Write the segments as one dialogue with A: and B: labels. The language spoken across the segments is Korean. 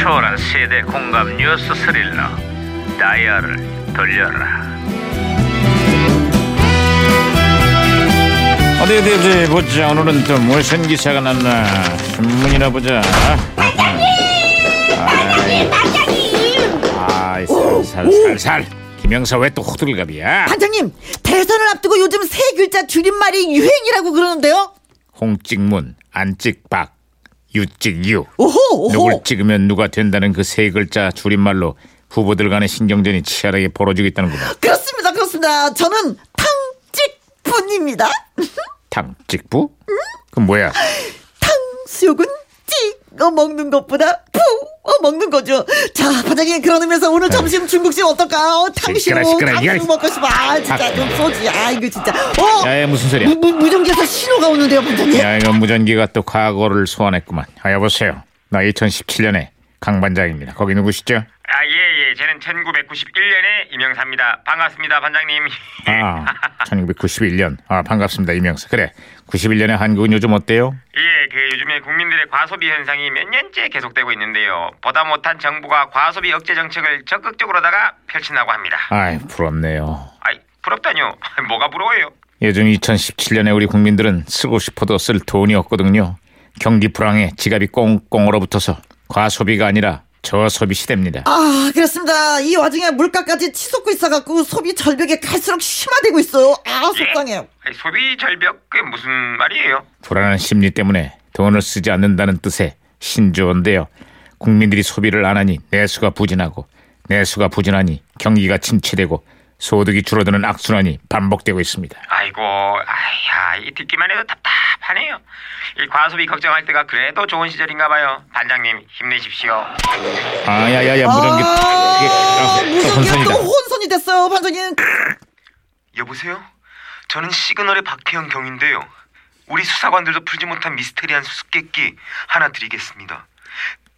A: 초월한 세대 공감 뉴스 스릴러 다이얼을 돌려라
B: 어디 어디 어디 보자 오늘은 또 무슨 기사가 났나 신문이나 보자 아,
C: 반장님! 반장님!
B: 아이 살살살살 김영사 왜 또 호들갑이야
D: 반장님 대선을 앞두고 요즘 세 글자 줄임말이 유행이라고 그러는데요
B: 홍찍문 안찍박 유찍유
D: 오호 오호
B: 누굴 찍으면 누가 된다는 그 세 글자 줄임말로 후보들 간의 신경전이 치열하게 벌어지고 있다는구나
D: 그렇습니다 그렇습니다 저는 탕찍분입니다
B: 탕찍부? 그 뭐야
D: 탕수육은 찍어 먹는 것보다 푸어 먹는 거죠 자 반장님 그런 의미에서 오늘 점심 중국집 어떨까요 탕수육
B: 네. 시끄러, 시끄러.
D: 탕수육
B: 이거-
D: 먹고 싶어 아
B: 아.
D: 진짜 이건 소지 아 이거 진짜 어
B: 야야 무슨 소리야
D: 무, 무, 무전기에서 신호가 오는데요 반장님
B: 야 이거 무전기가 또 과거를 소환했구만 아 여보세요 나 2017년에 강반장입니다 거기 누구시죠?
E: 아, 예, 예. 저는 1991년에 임영사입니다. 반갑습니다, 반장님.
B: 아, 1991년. 아, 반갑습니다. 이명사. 그래. 91년에 한국은 요즘 어때요?
E: 예, 그 요즘에 국민들의 과소비 현상이 몇 년째 계속되고 있는데요. 보다 못한 정부가 과소비 억제 정책을 적극적으로다가 펼친다고 합니다.
B: 아이, 부럽네요.
E: 아이, 부럽다뇨. 뭐가 부러워요?
B: 요즘 2017년에 우리 국민들은 쓰고 싶어도 쓸 돈이 없거든요. 경기 불황에 지갑이 꽁꽁 얼어붙어서 과소비가 아니라 저소비 시대입니다.
D: 아 그렇습니다 이 와중에 물가까지 치솟고 있어갖고 소비 절벽이 갈수록 심화되고 있어요 아 속상해요
E: 예? 아이, 소비 절벽 그게 무슨 말이에요?
B: 불안한 심리 때문에 돈을 쓰지 않는다는 뜻의 신조어인데요. 국민들이 소비를 안 하니 내수가 부진하고 내수가 부진하니 경기가 침체되고 소득이 줄어드는 악순환이 반복되고 있습니다.
E: 아이고, 아야, 이 듣기만 해도 답답하네요. 이 과소비 걱정할 때가 그래도 좋은 시절인가 봐요. 반장님, 힘내십시오.
B: 아야야야 무전기
D: 아,
B: 이게, 아, 또
D: 무전기가
B: 혼선이다.
D: 또 혼선이 됐어요, 반장님.
E: 여보세요? 저는 시그널의 박혜영 경인데요. 우리 수사관들도 풀지 못한 미스테리한 수수께끼 하나 드리겠습니다.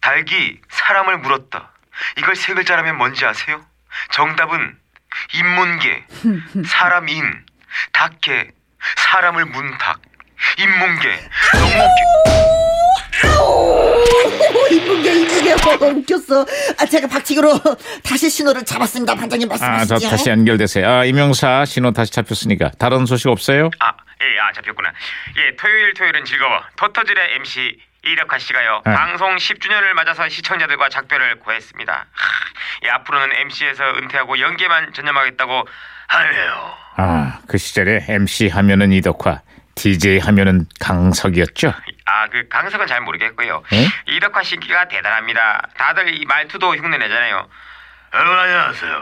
E: 닭이 사람을 물었다. 이걸 세 글자라면 뭔지 아세요? 정답은 인문계, 사람인, 닭계, 사람을 문 닭, 인문계. 너무 웃기...
D: 오, 이쁜게 이쁘게 어, 웃겼어. 아, 제가 박치기로 다시 신호를 잡았습니다, 반장님
B: 아,
D: 말씀하시죠.
B: 저 다시 연결되세요. 아, 이명사 신호 다시 잡혔으니까 다른 소식 없어요?
E: 아, 예, 아 잡혔구나. 예, 토요일 토요일은 즐거워. 토터질의 MC 이력하 씨가요.
B: 네.
E: 방송 10주년을 맞아서 시청자들과 작별을 고했습니다. 하, 예, 앞으로는 MC에서 은퇴하고 연기만 전념하겠다고 하네요.
B: 아, 그 시절에 MC 하면은 이덕화, DJ 하면은 강석이었죠.
E: 아, 그 강석은 잘 모르겠고요.
B: 네?
E: 이덕화 씨기가 대단합니다. 다들 이 말투도 흉내내잖아요. 여러분 안녕하세요.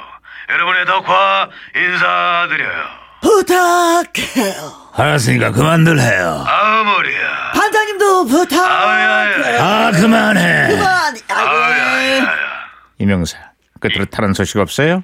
E: 여러분의 덕화 인사드려요.
D: 부탁해요.
B: 알았으니까 그만들 해요.
E: 아무리야.
D: 반장님도 부탁해요.
E: 아야야야.
B: 아, 그만해.
D: 그만.
E: 예,
D: 아이고.
B: 이명사 끝으로 다른 소식 없어요?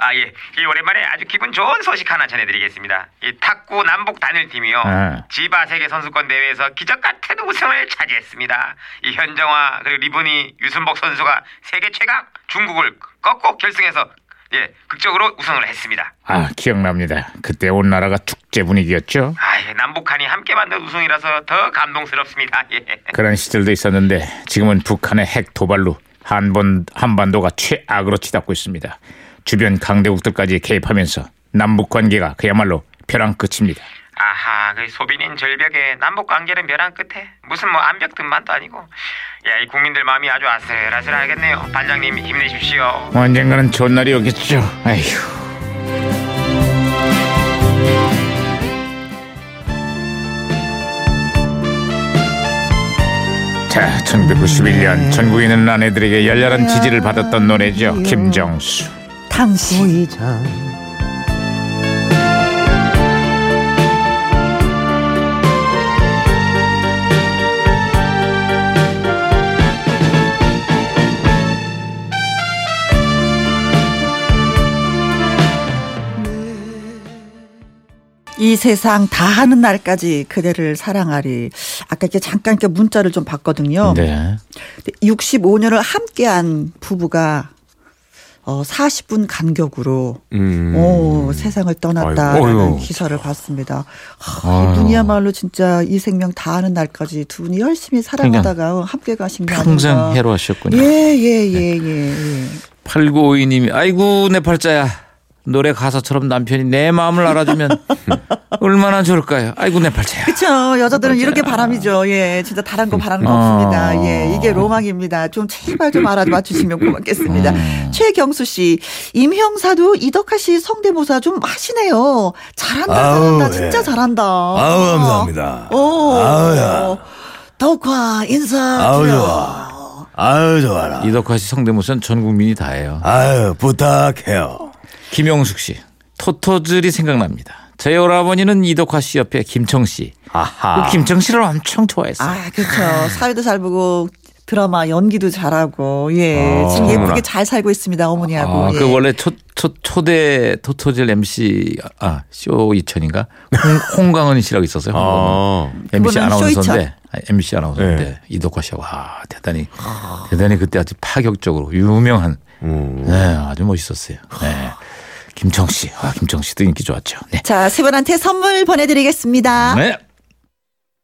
E: 아 예, 이 오랜만에 아주 기분 좋은 소식 하나 전해드리겠습니다. 이 탁구 남북 단일팀이요
B: 네.
E: 지바 세계 선수권 대회에서 기적 같은 우승을 차지했습니다. 이 현정화 그리고 리브니 유순복 선수가 세계 최강 중국을 꺾고 결승에서 예 극적으로 우승을 했습니다.
B: 아, 기억납니다. 그때 온 나라가 축제 분위기였죠.
E: 아 예, 남북한이 함께 만든 우승이라서 더 감동스럽습니다. 예.
B: 그런 시절도 있었는데 지금은 북한의 핵 도발로 한번 한반도가 최악으로 치닫고 있습니다. 주변 강대국들까지 개입하면서 남북 관계가 그야말로 벼랑 끝입니다.
E: 아하, 그 소비는 절벽에 남북 관계는 벼랑 끝에 무슨 뭐 암벽 등반도 아니고, 야 이 국민들 마음이 아주 아슬아슬하겠네요. 반장님 힘내십시오.
B: 언젠가는 좋은 날이 오겠죠. 아휴. 자, 1991년 전국에 있는 아내들에게 열렬한 지지를 받았던 노래죠. 김정수.
D: 당신. 이 세상 다 하는 날까지 그대를 사랑하리. 아까 이렇게 잠깐 이렇게 문자를 좀 봤거든요.
B: 네.
D: 65년을 함께한 부부가 어, 40분 간격으로
F: 음.
D: 오, 세상을 떠났다라는
F: 아이고.
D: 기사를 봤습니다. 하, 이분이야말로 진짜 이 생명 다하는 날까지 두 분이 열심히 살아가다가 함께 가신 거 아닌가.
B: 그러니까 평생 어. 해로하셨군요. 네.
D: 예예예예 예, 예.
B: 8952님이 아이고 내 팔자야 노래 가사처럼 남편이 내 마음을 알아주면 얼마나 좋을까요? 아이고 내 팔자야.
D: 그쵸 여자들은 이렇게 바람이죠. 예, 진짜 다른 거 바라는 거
B: 어.
D: 없습니다. 예, 이게 로망입니다. 좀 제발 좀
G: 음.
D: 알아맞추시면 고맙겠습니다. 최경수 씨, 임형사도 이덕화 씨 성대모사 좀 하시네요. 잘한다, 잘한다, 진짜 잘한다.
G: 예.
D: 어.
G: 아우 감사합니다.
D: 오,
G: 아우야.
D: 덕화 인사
G: 아우
D: 드려.
G: 좋아. 아우 좋아라.
B: 이덕화 씨 성대모사는 전 국민이 다 해요.
G: 아유 부탁해요.
B: 김영숙 씨 토토즐이 생각납니다. 저희 오라버니는 이덕화 씨 옆에 김청 씨.
F: 아하.
B: 그 김청 씨를 엄청 좋아했어요.
D: 아, 그렇죠. 사회도 잘 보고 드라마 연기도 잘하고
G: 어.
D: 예, 지금 예쁘게 잘 살고 있습니다 어머니하고.
B: 아,
D: 예.
B: 그 원래 초, 초, 초대 토토즐 MC 아, 쇼 이천인가 홍, 강은 씨라고 있었어요.
F: 아.
B: MBC
D: 그거는
B: 아나운서인데
D: 쇼이천. 예.
B: 아니, MBC 아나운서인데
F: 네.
B: 이덕화 씨가 와 대단히 대단히 그때 아주 파격적으로 유명한
F: 음.
B: 네, 아주 멋있었어요. 네. 김청 씨, 아, 김청 씨도 인기 좋았죠. 네.
D: 자, 세 분한테 선물 보내드리겠습니다.
B: 네.